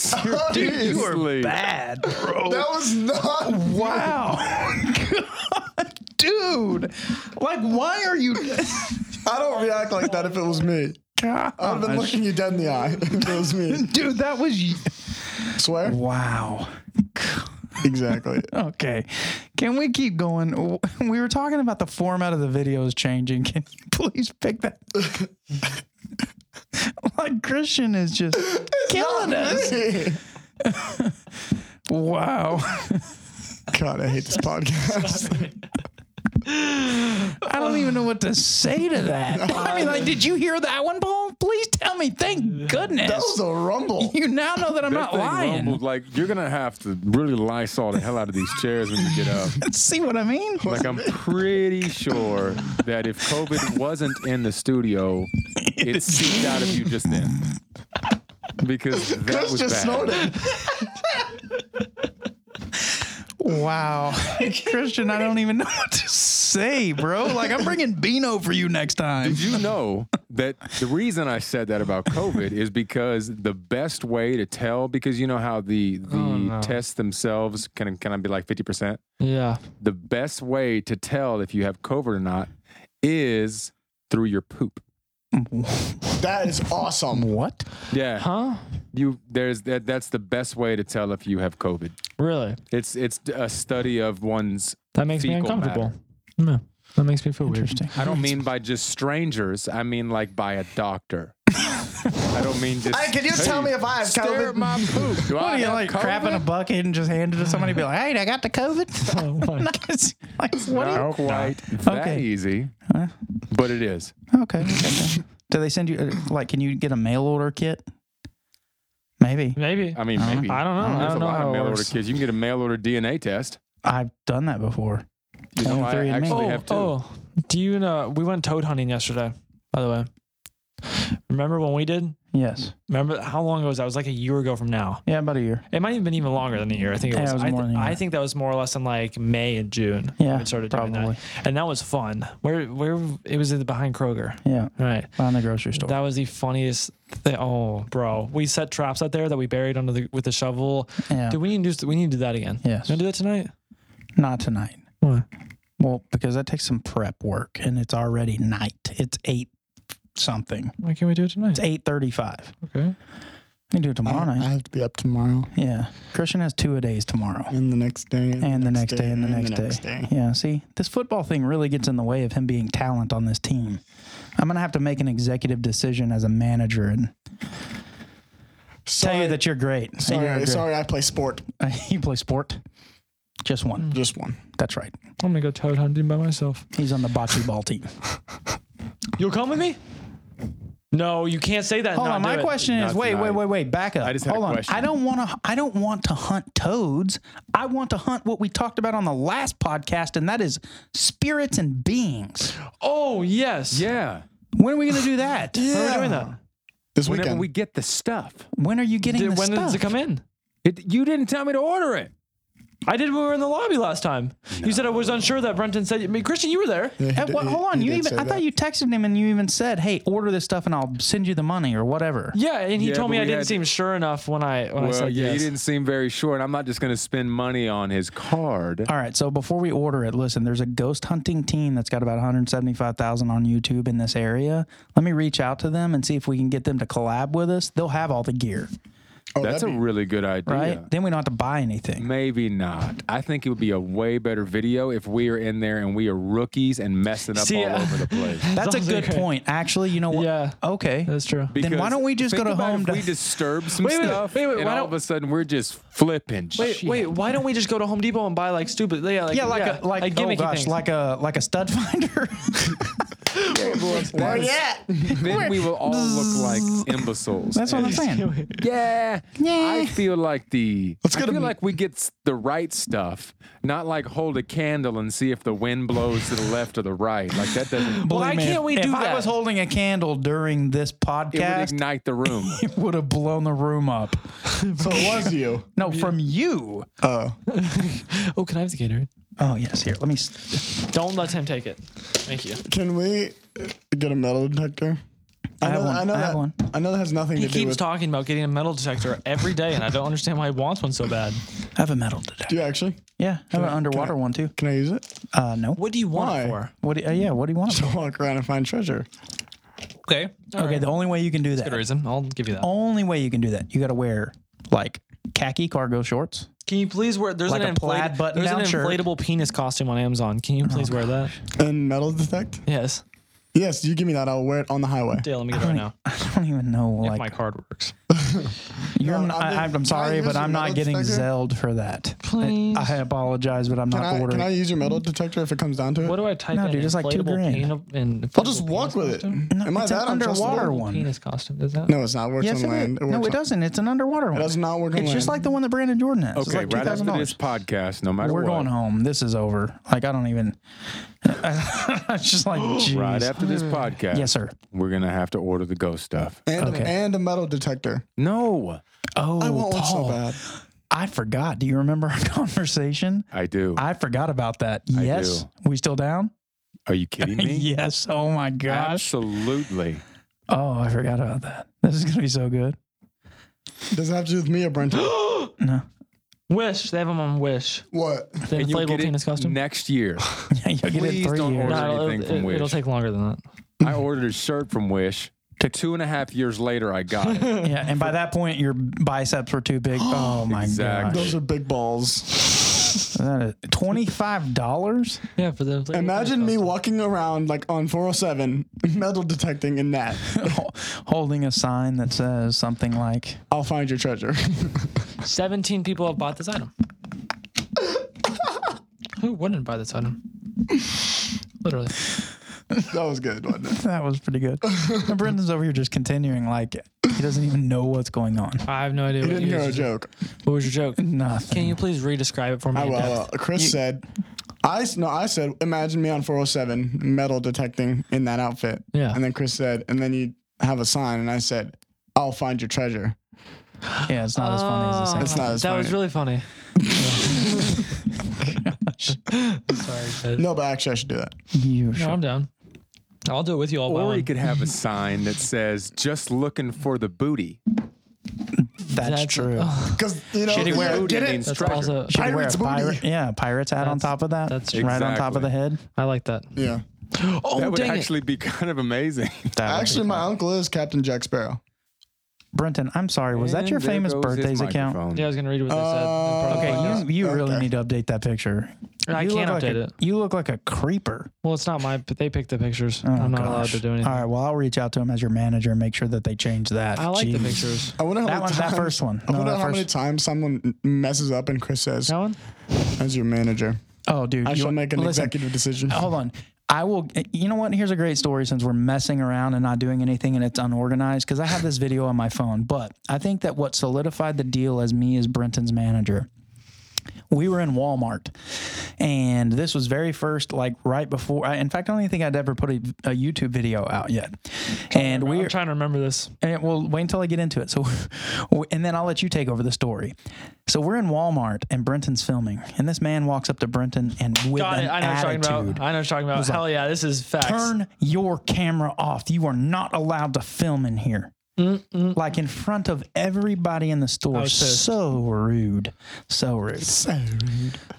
Seriously.
Bad, bro.
Oh, That was not.
Wow. Dude, like, why are you?
I don't react like that if it was me.
Oh,
I'd have been looking you dead in the eye if it was me.
Dude, that was.
Swear?
Wow.
Exactly.
Okay. Can we keep going? We were talking about the format of the videos changing. Can you please pick that? like, Christian is just killing us. Wow.
God, I hate this podcast.
I don't even know what to say to that. I mean, like, did you hear that one, Paul? Please tell me. Thank goodness.
That was a rumble.
you now know that I'm
That
not
thing
lying.
rumbled, like you're gonna have to really lysol the hell out of these chairs when you get up.
See what I mean?
Like I'm pretty sure that if COVID wasn't in the studio, it seeped out of you just then. Because that
Chris
was
just
bad.
snorted.
Wow. Christian, I don't even know what to say, bro. Like, I'm bringing Beano for you next time.
Did you know that the reason I said that about COVID is because the best way to tell, because you know how the the tests themselves can can I be like fifty percent.
Yeah.
The best way to tell if you have COVID or not is through your poop.
That is awesome.
What?
Yeah,
Huh?
you there's that. That's the best way to tell if you have COVID.
Really?
It's it's a study of one's.
That makes me
Fecal
uncomfortable. Yeah, that makes me feel weird.
Interesting.
I don't mean by just strangers. I mean like by a doctor. I don't mean just.
Hey, can you tell me if I have
stare
COVID?
at my poop? Do
What
I
are you
have
like
COVID?
crap in a bucket and just hand it to somebody? Be like, hey, I got the COVID.
Oh my God.
Nice. like, what? do
Not quite that
Okay.
easy, but it is.
you- okay. okay. Do they send you uh, like? Can you get a mail order kit? Maybe
Maybe.
I mean, maybe
Uh-huh. I don't know. I
There's
don't
a
know
lot
how
of
it
mail order
works.
kids. You can get a mail order DNA test.
I've done that before.
You know, I
23andMe.
actually
Oh,
have to.
oh, do you know? We went toad hunting yesterday. By the way, remember when we did?
Yes.
Remember how long ago was that? It was like a year ago from now.
Yeah, about a year.
It might have been even longer than a year. I think it
Yeah,
was.
it was
I,
more
th-
than a
I
year.
think that was more or less in like May and June.
Yeah,
we started doing
probably.
that, and that was fun. Where where it was in the behind Kroger,
Yeah,
right?
behind the grocery store.
That was the funniest thing. Oh, bro, we set traps out there that we buried under the with the shovel.
yeah.
Dude, we need to do we need to do that again.
Yes.
you wanna do that tonight?
Not tonight.
Why?
Well, because that takes some prep work, and it's already night. It's eight something.
Why can't we do it tonight?
It's eight thirty-five.
Okay.
We can do it tomorrow
I
night.
have to be up tomorrow
Yeah. Christian has two a days tomorrow.
and the next day
and the next day and the next day. Yeah, see, this football thing really gets in the way of him being talent on this team. I'm gonna have to make an executive decision as a manager and
Sorry,
tell you that you're great. and you're
sorry,
great.
sorry, I play sport.
you play sport, just one.
Mm.
Just one.
That's right.
I'm gonna go toad hunting by myself.
He's on the bocce ball team.
You'll come with me? No, you can't say that. and
Hold
not
on.
do
My
it.
question is,
Not
wait, wait,
tonight.
wait, wait. Back up.
I just had a
Hold on.
question.
I don't want to. I don't want to hunt toads. I want to hunt what we talked about on the last podcast, and that is spirits and beings.
Oh yes.
Yeah.
When are we going to do that?
When are we doing that?
This
Whenever
weekend.
we get the stuff,
When are you getting
Did-
the
when
stuff?
does it come in?
it, you didn't tell me to order it.
I did when we were in the lobby last time. You said I was unsure that Brenton said. I mean, Christian, you were there.
Yeah, he
At
did-
what,
he-
hold on,
he
you
did
even
say
I
that.
thought you texted him and you even said, "Hey, order this stuff and I'll send you the money or whatever."
Yeah, and he
Yeah,
told
but
me I
we
didn't
had-
seem sure enough when I when I
Well,
said
yeah,
yes.
he didn't seem very sure, and I'm not just going to spend money on his card.
All right, so before we order it, listen, there's a ghost hunting team that's got about 175,000 on YouTube in this area. Let me reach out to them and see if we can get them to collab with us. They'll have all the gear,
Oh,
That's a
that'd be-
really good idea.
right? Then we don't have to buy anything.
Maybe not. I think it would be a way better video if we are in there and we are rookies and messing up
See,
all
uh,
over the place.
That's a
also
good
great.
point. Actually, you know what?
Yeah.
Okay.
That's true.
Then why don't we just go
think
to
about
Home
If
Depot?
we disturb some
Wait, wait,
stuff,
wait, wait,
and
why
all
don't-
of a sudden we're just flipping.
Wait,
shit.
wait, why don't we just go to Home Depot and buy like stupid? Yeah, like
yeah, like a like
like
oh
gimmicky
gosh,
things.
like a like a stud finder.
Oh,
Why is-
Then we will all look like imbeciles.
That's what I'm
And-
saying.
Yeah, I feel like the.
Let's
I
get a-
feel like we get s- the right stuff, not like hold a candle and see if the wind blows to the left or the right. Like that doesn't.
Why
Believe me,
can't
if-
we do
If I
that?
was holding a candle during this
It would
podcast,
ignite the room.
it would have blown the room up.
So it was you.
No, from you.
Oh,
oh, can I have the Gatorade?
Oh yes, here. Let me. s-
Don't let him take it. Thank you.
can we get a metal detector?
I have
know,
one.
know
I
that,
have one.
I know that has nothing
He
to do
keeps
with.
talking about getting a metal detector every day, and I don't understand why he wants one so bad.
I have a metal detector.
do you actually?
Yeah, I have an underwater one too.
Can I use it?
Uh, no.
What do you want it
Why?
for?
What? Do you, uh, yeah. What do you want? it for?
Walk around and find treasure.
Okay. Oh,
Okay. The only way you can do
Good
that.
reason. I'll give you that.
Only way you can do that. You got to wear like khaki cargo shorts.
Can you please wear? There's
Like
an
a plaid
inflata-
button Oh
There's an
down shirt.
inflatable penis costume on Amazon. Can you please wear that?
And metal detect?
Yes.
Yes, you give me that. I'll wear it on the highway.
Dale, let me get it right now.
I don't even know.
if my
Like,
card works.
you're,
No,
I'm,
I mean,
I,
can I
am sorry,
use
but
your
I'm not
metal
getting
detector?
zelled for that. I-
Please.
I, apologize, but I'm
Can
not
I,
ordering.
can I use your metal detector if it comes down to it?
What do I type
No,
in?
dude, it's like two
Inflatable
grand.
peanut- and
I'll just
inflatable
walk
penis
with it.
costume?
No,
Am I
it's an
that
underwater
untrustable?
one.
Penis costume. Is that?
No, it's not. It works
Yes, it
on
is.
land.
no,
works
it
on-
doesn't. It's an underwater one.
does not work on
It's just
land.
like the one that Brandon Jordan has. It's
Okay,
like
right after
$2,000.
this podcast, no matter
We're
what.
going home. This is over. Like I don't even. It's just like, jeez. Mm.
Right after this podcast,
Yes, sir.
We're gonna have to order the ghost stuff.
And,
Okay.
and a metal detector.
No,
Oh,
I want one so
Paul,
bad.
I forgot. Do you remember our conversation?
I do.
I forgot about that.
I
Yes. We still down?
Are you kidding me?
Yes. Oh my gosh.
Absolutely.
Oh, I forgot about that. This is gonna be so good.
Does it have to do with me or Brenton?
No.
Wish they have them on Wish.
what?
The
And you'll
inflatable
get it
penis costume.
next year.
Yeah, you'll get it in
Please
three
don't
years.
order
No, it'll,
anything from
it-
Wish.
it'll take longer than that.
I ordered a shirt from Wish. Took two and a half years later, I got it.
Yeah, and by that point your biceps were too big. Oh my
Exactly.
Those are big balls.
gosh. Twenty five dollars?
Yeah, for the inflatable
Imagine me
penis
walking around like on 407, metal detecting in that.
Holding a sign that says something like "Oh,
I'll find your treasure.
costume. Seventeen people have bought this item. Who wouldn't buy this item? Literally.
that was good, wasn't it?
That was pretty good. And Brendan's over here just continuing like he doesn't even know what's going on.
I have no idea.
You
what,
didn't
you
hear a
was,
joke.
what was your joke?
Nothing.
Can you please re-describe it for me?
I
in
will.
depth?
uh, Chris said, I s- no, I said, imagine me on 407, metal detecting in that outfit.
Yeah.
And then Chris said, and then you have a sign, and I said, I'll find your treasure.
Yeah, it's not as funny
Oh.
as the second.
It's not as
that was
funny.
really funny. Sorry, guys.
No, but actually, I should do that.
You
No,
should-
I'm down. I'll do it with you all. by
um,
Or you
one.
could have a sign that says "Just looking for the booty."
Oh, That's,
That's- oh,
true.
Because, you know,
Shitty wear.
you
Booty
did it.
means
That's
treasure.
also.
Should we wear a
Pirate's booty.
pirate, yeah, pirate's hat on
That's-
top of that.
that's
right on top of
Exactly.
the head.
I like that.
Yeah.
Oh,
That would
dang
actually be kind of amazing.
That would be-
Actually, my uncle is Captain Jack Sparrow.
Brenton, I'm sorry. Was that your
And there
famous
goes his
birthdays account?
microphone.
it. Yeah, I was gonna read what they
Uh,
said. They probably-
Okay, you, you really
Okay.
need to update that picture.
I
You look
can't
like
update
a-
it.
You look like a creeper.
Well, it's not my. But they picked the pictures.
Oh,
I'm not allowed
gosh.
to do anything.
All right, well, I'll reach out to him as your manager and make sure that they change that.
I like the
Jeez.
pictures.
I wonder how
That
many
one,
times,
that first one.
I
No,
wonder
that
how many
first.
times someone messes up and Chris says,
That one.
as your manager,
Oh, dude,
I
you
shall make an
listen,
executive decision.
hold on. I will. You know what? Here's a great story since we're messing around and not doing anything and it's unorganized because I have this video on my phone. But I think that what solidified the deal as me as Brenton's manager we were in Walmart, and this was very first, like right before. I, in fact, I don't even think I'd ever put a, a YouTube video out yet. And we
I'm trying to remember this.
and well, wait until I get into it. So, and then I'll let you take over the story. So we're in Walmart, and Brenton's filming, and this man walks up to Brenton and with
Got
an
it. I know what you're
attitude,
talking about. I know what you're talking about. Hell yeah, this is facts.
turn your camera off. You are not allowed to film in here. Like in front of everybody in the store.
was pissed.
So rude. So rude.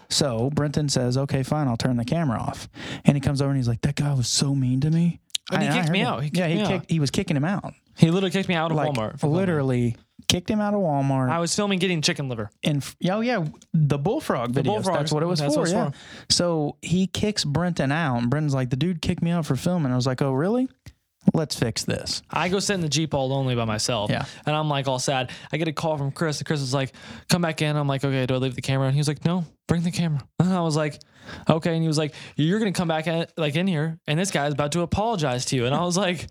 So Brenton says, okay, fine, I'll turn the camera off. And he comes over and he's like, that guy was so mean to me.
And he
I- I
kicked
heard
me
him.
out. He
yeah,
kicked
he
me out.
kicked, he was kicking him out.
He literally kicked me out of
Like
Walmart.
literally kicked him out of Walmart.
I was filming getting chicken liver.
and f- yeah, oh yeah, the bullfrog videos.
bullfrogs.
That's what it was
That's
for.
what it's
yeah.
for.
So he kicks Brenton out, and Brenton's like, "The dude kicked me out for filming." I was like, "Oh really? Let's fix this."
I go sit in the Jeep all lonely by myself.
Yeah.
And I'm like all sad. I get a call from Chris. And Chris is like, come back in. I'm like, okay, do I leave the camera? And he was like, no, bring the camera. And I was like, okay. And he was like, you're going to come back in, like in here. And this guy is about to apologize to you. And I was like,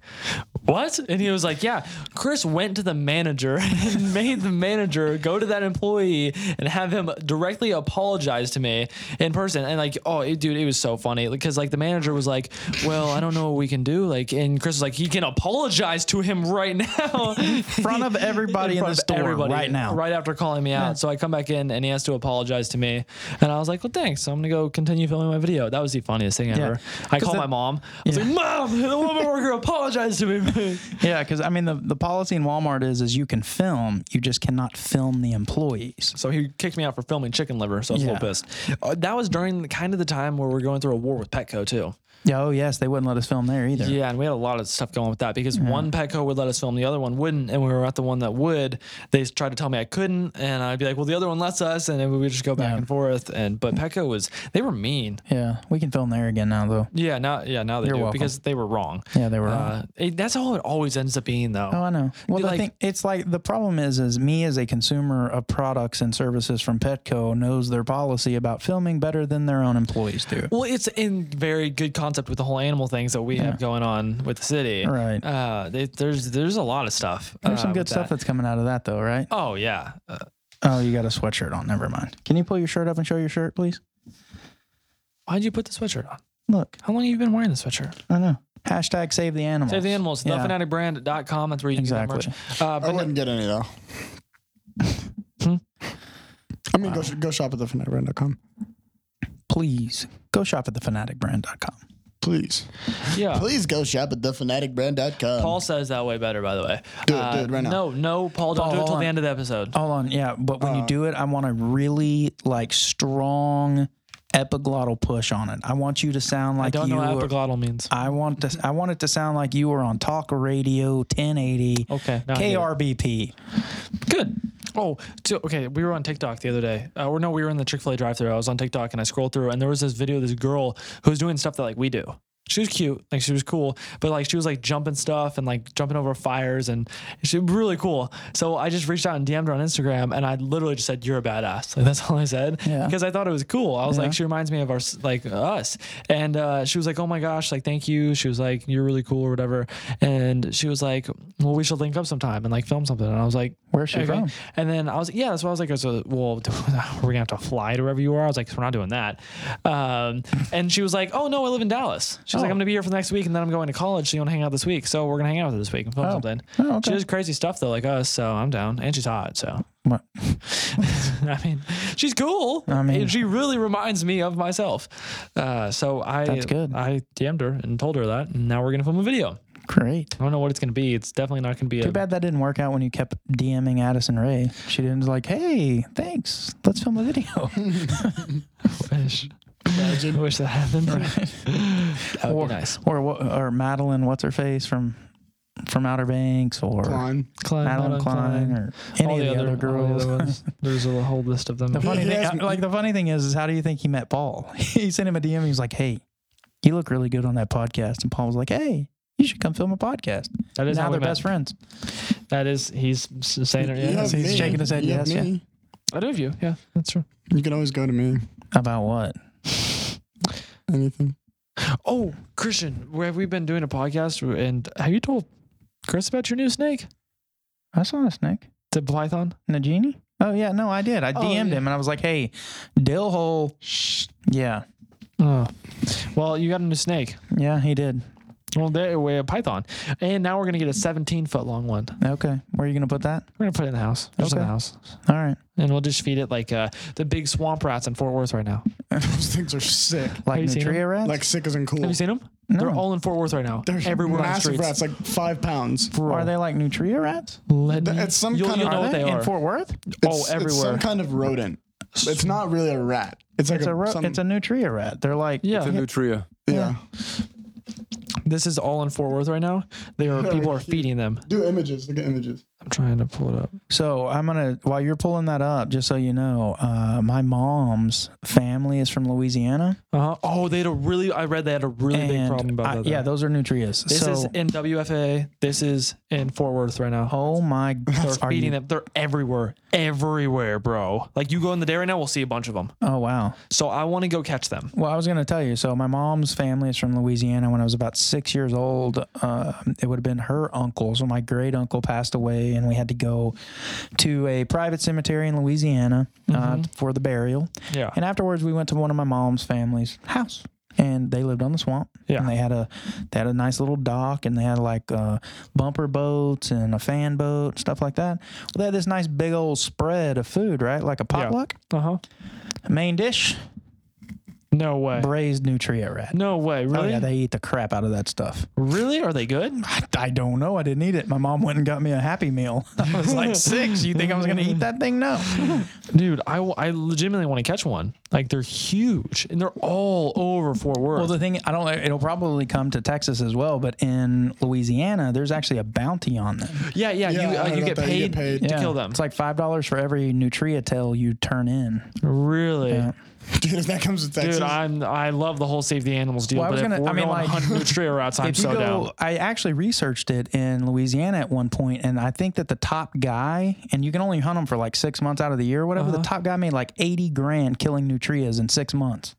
what? And he was like, yeah. Chris went to the manager and made the manager go to that employee and have him directly apologize to me in person. And like, oh, it, dude, it was so funny because like the manager was like, well, I don't know what we can do. Like, and Chris was like, he can apologize to him right now in
front of everybody in,
front
the
of
store
everybody,
right now.
right after calling me out. So I come back in and he has to apologize to me. And I was like, well, thanks. So I'm gonna go continue filming my video. That was the funniest thing ever. I called
that-
my mom. I was like, mom, the woman worker apologized to me.
Yeah, because I mean, the, the policy in Walmart is is you can film, you just cannot film the employees.
So he kicked me out for filming chicken liver. So I was a
Yeah.
little pissed. Uh, that was during the, kind of the time where we're going through a war with Petco too.
Yeah, oh yes, they wouldn't let us film there either.
Yeah, and we had a lot of stuff going with that because
Mm-hmm.
one Petco would let us film, the other one wouldn't, and we were at the one that would. They tried to tell me I couldn't, and I'd be like, "Well, the other one lets us," and then we would just go back and forth. And but Petco was they were mean.
Yeah, we can film there again now though.
Yeah, now yeah now they
You're
do
welcome.
because they were wrong.
Yeah, they were wrong.
Uh, it- that's all it always ends up being though.
Oh, I know. Well,
Dude,
the
like-
thing it's like the problem is, is me as a consumer of products and services from Petco knows their policy about filming better than their own employees do.
Well, it's in very good concept with the whole animal things that we have going on with the city.
Right.
Uh, they, there's there's a lot of stuff.
There's
uh,
some
with
good stuff
that.
that's coming out of that though, right?
Oh yeah. Uh,
Oh, you got a sweatshirt on. Never mind. Can you pull your shirt up and show your shirt, please?
why'd you put the sweatshirt on?
Look,
How long have you been wearing the sweatshirt?
I know. Hashtag save the animals.
Save the animals.
Yeah.
Thefanaticbrand.com. That's where you
Exactly.
can get our merch.
I
Uh, but
wouldn't get any though. I mean, go, go shop at thefanatibrand.com.
Please go shop at thefanaticbrand.com.
Please.
yeah.
Please go shop at thefanatibrand.com.
Paul says that way better, by the way. Uh,
Do it, do it right now.
No, no, Paul, don't
Paul,
do it till
hold
the
on.
end of the episode.
Hold on, yeah, but when you do it, I want a really like strong epiglottal push on it. I want you to sound like
I don't
you
know
are-
what epiglottal means.
I want to. I want it to sound like you were on talk radio 1080.
Okay, now I get it.
KRBP.
Good. Oh, so- okay. We were on TikTok the other day. Uh, or no, we were in the Chick Fil A drive-through. I was on TikTok and I scrolled through, and there was this video of this girl who was doing stuff that like we do. She was cute, like she was cool, but like she was like jumping stuff and like jumping over fires, and she was really cool. So I just reached out and DM'd her on Instagram, and I literally just said, "You're a badass." Like that's all I said
Yeah.
because I thought it was cool. I was like, she reminds me of our like us, and uh, she was like, "Oh my gosh, like thank you." She was like, "You're really cool" or whatever, and she was like, "Well, we should link up sometime and like film something." And I was like,
Where's she from?
and then I was yeah, that's what I was like. I was uh, well, we're gonna have to fly to wherever you are. I was like, we're not doing that. Um, and she was like, oh no, I live in Dallas.
Oh.
She's like, I'm gonna be here for the next week, and then I'm going to college. So you want to hang out this week? So we're gonna hang out with her this week and film something.
Oh, okay.
She does crazy stuff though, like us. So I'm down, and she's hot. So
What?
I mean, she's cool.
I mean-
And she really reminds me of myself. Uh, so I
That's good.
I DM'd her and told her that, and now we're gonna film a video.
Great.
I don't know what it's gonna be. It's definitely not gonna be
Too
a
bad that didn't work out when you kept DMing Addison Ray. She didn't like, hey, thanks. Let's film a video.
fish. I wish that happened. that would
or
be nice.
Or what? Or Madeline, what's her face from from Outer Banks, or
Klein.
Klein,
Madeline Klein, or any of the, other, girls.
There's a whole list of them.
The funny
He
thing,
asked me-
like the funny thing is, is how do you think he met Paul? he sent him a DM. He was like, "Hey, you look really good on that podcast," and Paul was like, "Hey, you should come film a podcast."
That is
now
how we
they're
met.
best friends.
That is, he's s- saying it. Yeah.
Yes, he's shaking his head
You have
yes, yeah.
me.
I do have you. Yeah, that's true.
You can always go to me.
About what?
Anything.
Oh, Christian, where have we been doing a podcast? And have you told Chris about your new snake?
I saw a snake
The python?
and a genie. Oh yeah, no, I did. I DM'd him
yeah.
and I was like, "Hey, Dill hole." Yeah,
Oh. Well, you got a new snake.
yeah, he did.
Well, there we have python, and now we're gonna get a 17 foot long one.
Okay, where are you gonna put that?
We're gonna put it in the house. Just in the
Okay.
house,
All right,
and we'll just feed it like uh, the big swamp rats in Fort Worth right now.
Those things are sick.
like
you seen
nutria rats.
Like sick as in cool.
Have you seen them? They're all in Fort Worth right now.
There's
everywhere on the
massive
streets.
rats, like five pounds.
Bro,
are they like nutria rats?
Let
Th-
me-
it's some
you'll,
kind
you'll
of-
know
are
what
they
they
in
are.
Fort Worth?
oh,
It's- It's
everywhere.
some kind of rodent. It's not really a rat. It's like
It's
a,
a ro-
some-
it's a nutria rat. They're like
yeah,
The nutria.
yeah.
this is all in Fort Worth right now. They are people are
cute.
feeding them.
Do images. Look at images.
I'm trying to pull it up.
So I'm gonna while you're pulling that up, just so you know, uh, my mom's family is from Louisiana,
Uh-huh. Oh, they had a really. I read they had a really big
and
problem about
I-
that.
yeah, those are nutrias.
This
so,
is in WFA. This is in Fort Worth right now.
oh my,
They're
are
feeding
you-
them. They're everywhere, everywhere, bro. Like you go in the day right now, we'll see a bunch of them.
oh wow.
So I want to go catch them.
Well, I was going to tell you. So, my mom's family is from Louisiana. When I was about six years old, uh, it would have been her uncle. So, my great uncle passed away, and we had to go to a private cemetery in Louisiana uh, for the burial.
Mm-hmm. Yeah.
And afterwards, we went to one of my mom's family's house, and they lived on the swamp.
Yeah.
And they had a they had a nice little dock, and they had like uh, bumper boats and a fan boat, and stuff like that. Well, they had this nice big old spread of food, right? Like a potluck,
Uh huh.
main dish,
No way.
braised nutria rat.
No way.
Oh
Really?
yeah, they eat the crap out of that stuff.
really? Are they good?
I, I don't know. I didn't eat it. My mom went and got me a Happy Meal. I was like six. You think I was gonna eat that thing? No.
Dude, I, w- I legitimately want to catch one. Like they're huge and they're all over Fort Worth.
Well, the thing I don't. It'll probably come to Texas as well, but in Louisiana, there's actually a bounty on them.
yeah, yeah.
Yeah,
you,
I
uh,
heard
you,
about
get
that.
paid
You get paid.
to
Yeah.
kill them.
It's like five dollars for every nutria tail you turn in.
really?
Dude, if that comes to Texas,
Dude, I'm I love the whole save the animals deal.
Well, I
but
was
if
gonna-
we're
I mean,
going
like,
hunting nutria routes, I'm
If you
so
go,
down.
I actually researched it in Louisiana at one point, and I think that the top guy, and you can only hunt them for like six months out of the year, or whatever.
Uh-huh.
The top guy made like eighty grand killing nutrias in six months.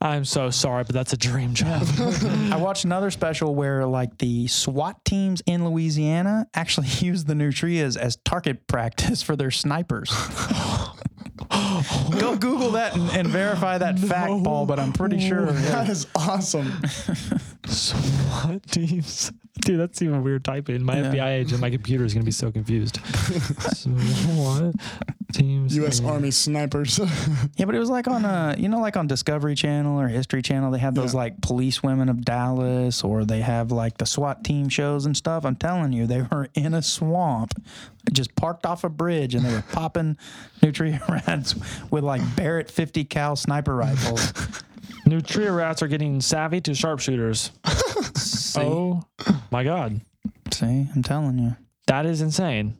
I'm so sorry, but that's a dream job.
I watched another special where like the SWAT teams in Louisiana actually use the nutrias as target practice for their snipers. Go Google that and, and verify that fact, Paul. But I'm pretty sure.
that is awesome.
SWAT teams. Dude, that's even weird typing. My FBI agent, my computer is gonna be so confused. SWAT teams.
U.S.
and-
Army snipers.
Yeah, but it was like on uh, you know, like on Discovery Channel or History Channel, they have those like police women of Dallas, or they have like the SWAT team shows and stuff. I'm telling you, they were in a swamp, just parked off a bridge, and they were popping nutria rats with like Barrett 50 cal sniper rifles.
Nutria rats are getting savvy to sharpshooters. oh my god.
See, I'm telling you.
That is insane.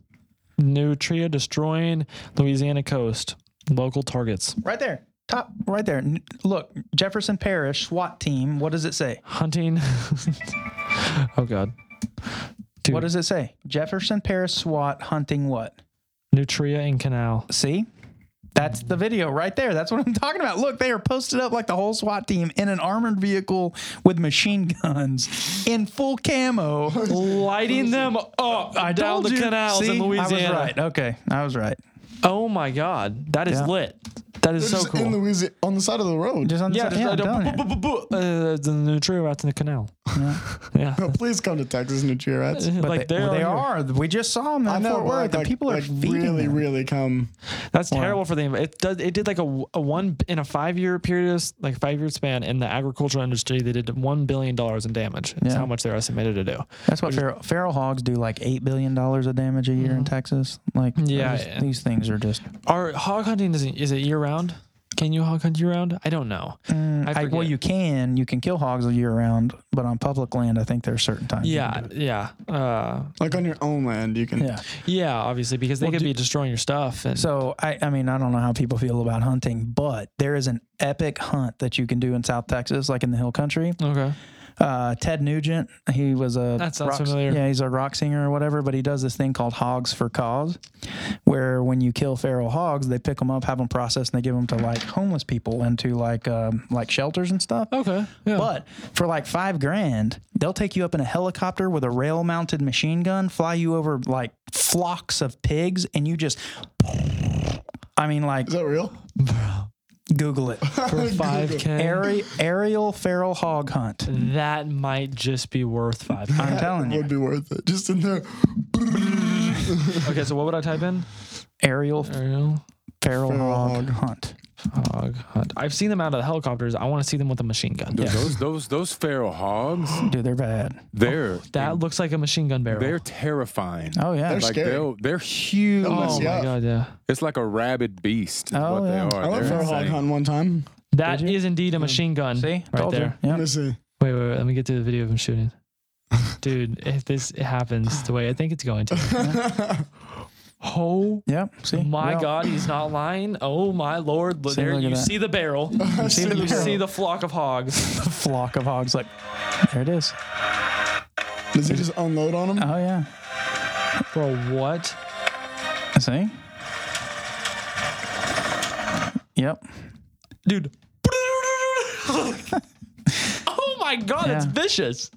Nutria destroying Louisiana coast. Local targets.
Right there. Top right there. N- Look, Jefferson Parish SWAT team. What does it say?
Hunting. oh god. Dude.
What does it say? Jefferson Parish SWAT hunting what?
Nutria and canal.
See? That's the video right there. That's what I'm talking about. Look, they are posted up like the whole SWAT team in an armored vehicle with machine guns in full camo.
Lighting them up
I
down
told
the
you.
canals
See?
in Louisiana.
I was right. Okay. I was right.
Oh my god. That is
Yeah.
lit. That is
They're
so
just
cool.
in Louisiana on the side of the road.
Just on the
Yeah,
side-
just
I'm
like
telling
the
you.
bu- bu- bu- bu- uh, the nutria rats in the canal. Yeah,
No, please come to Texas, Nutria rats.
But
like
they,
they,
well,
are.
they are. We just saw them.
I
in
know,
Fort
but
Worth.
like,
The
like,
people are
like
feeding
really,
them.
really come.
That's terrible for them. It does. It did like a, a one in a five year period, like five year span in the agricultural industry. They did one billion dollars in damage. That's
Yeah.
how much they're estimated to do.
That's what feral, feral hogs do like $8 billion of damage a year in Texas. Like,
Yeah,
those-
yeah.
these things are just.
Are hog hunting is it, is it year round? Can you hog hunt year round? I don't know. I
I, well,
forget.
you can. You can kill hogs year round, but on public land, I think there are certain times. you
Yeah, yeah, uh,
Like on your own land, you can.
Yeah.
yeah. Obviously, because they could be destroying your stuff. And
So I, I mean, I don't know how people feel about hunting, but there is an epic hunt that you can do in South Texas, like in the hill country.
okay,
Uh, Ted Nugent, he was a
That sounds
rock,
familiar.
Yeah, he's a rock singer or whatever, but he does this thing called hogs for cause, where when you kill feral hogs, they pick them up, have them processed, and they give them to like homeless people and to like um, like shelters and stuff.
Okay. Yeah.
But for like five grand, they'll take you up in a helicopter with a rail mounted machine gun, fly you over like flocks of pigs, and you just, I mean, like,
Is that real?
Google it.
for five k,
Aeri- aerial feral hog hunt.
that might just be worth five.
I'm telling you,
Would be worth it. Just in there.
Uh, okay, so what would I type in?
aerial
Ariel
feral,
Feral
hog
hog.
hunt.
Hog Hunt. I've seen them out of the helicopters. I want to see them with a machine gun.
Dude, Those those those feral hogs,
Dude, they're bad.
they're
That looks like a machine gun barrel.
they're terrifying.
Oh yeah.
There's-
like
scary.
they'll they're huge.
They'll mess
oh
you
my
up.
god, yeah.
It's like a rabid beast. Is
Oh,
what
yeah.
they are.
I went
They're
for a hog
insane.
hunt one time.
That is indeed a machine gun.
See,
right
told
there.
you. Yeah.
Let me see.
Wait, wait, wait. Let me get to the video of him shooting. Dude, if this happens the way I think it's going to. Oh
Yeah. See.
my
Well,
god, he's not lying. Oh my lord. Look,
See,
there
look at
you
that.
see the barrel.
I
see the
you
barrel.
see the flock of hogs.
flock of hogs. Like, there it is.
Does he just unload on him?
Oh yeah.
Bro, what?
See. Yep.
Dude. oh my god, it's
Yeah.
vicious.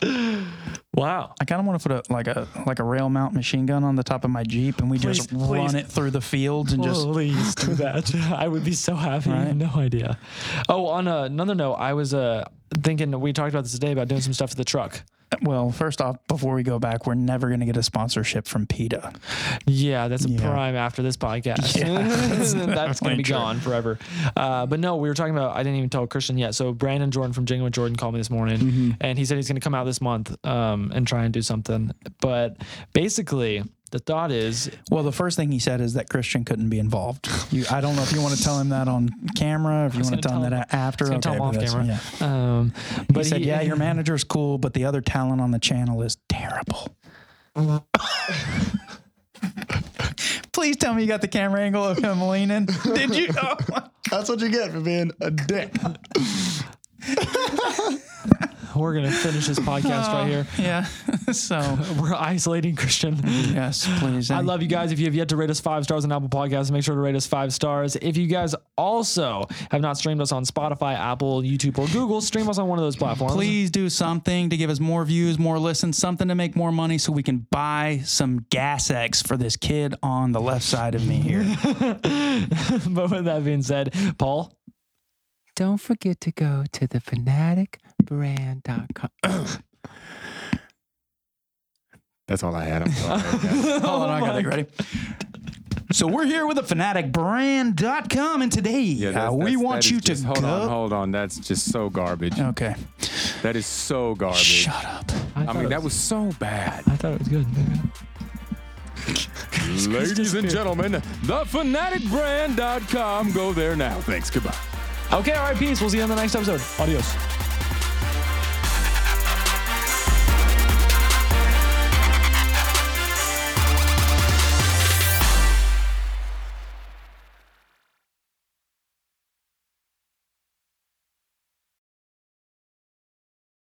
Wow.
I kind of want to put a like a like a rail mount machine gun on the top of my Jeep and we just
Please, please.
run it through the fields and just
please do that. I would be so happy. You
Right.
have no idea. Oh, on another note, I was uh, thinking we talked about this today about doing some stuff to the truck.
well, first off, before we go back, we're never going to get a sponsorship from PETA.
Yeah, that's a
Yeah.
prime after this podcast. that's going to
definitely
be
true.
gone forever. Uh, but no, we were talking about, I didn't even tell Christian yet. So Brandon Jordan from Jingle with Jordan called me this morning
Mm-hmm.
and he said he's going to come out this month um, and try and do something. But basically, the thought is
Well, the first thing he said is that Christian couldn't be involved. You, I don't know if you want to tell him that on camera, if you want
gonna
to tell him
tell him-
that after.
I was gonna tell him
but
off
that's-
camera.
Yeah.
Um,
He
but
said,
he-
"Yeah, your manager's cool, but the other talent on the channel is terrible." Please tell me you got the camera angle of him leaning. Did you? Oh,
That's what you get for being a dick.
we're going to finish this podcast right here.
yeah. so
We're isolating Christian.
yes, please.
I love you guys. If you have yet to rate us five stars on Apple Podcasts, make sure to rate us five stars. If you guys also have not streamed us on Spotify, Apple, YouTube, or Google, stream us on one of those platforms.
Please do something to give us more views, more listens, something to make more money so we can buy some gas X for this kid on the left side of me here.
but with that being said, Paul,
Don't forget to go to the fanaticbrand.com.
That's all I had. I'm sorry. guys.
Hold on, I got it. Ready? So we're here with the fanaticbrand.com, and today
Yeah,
uh,
that's-
we
that's-
want
that
you
is
to
just-
go.
hold on, hold on. That's just so garbage.
Okay,
That is so garbage.
shut up.
I mean, that was so bad.
I thought it was good.
Ladies and gentlemen, thefanaticbrand.com. Go there now. Thanks. Goodbye.
Okay, all right, peace. We'll see you on the next episode. Adios.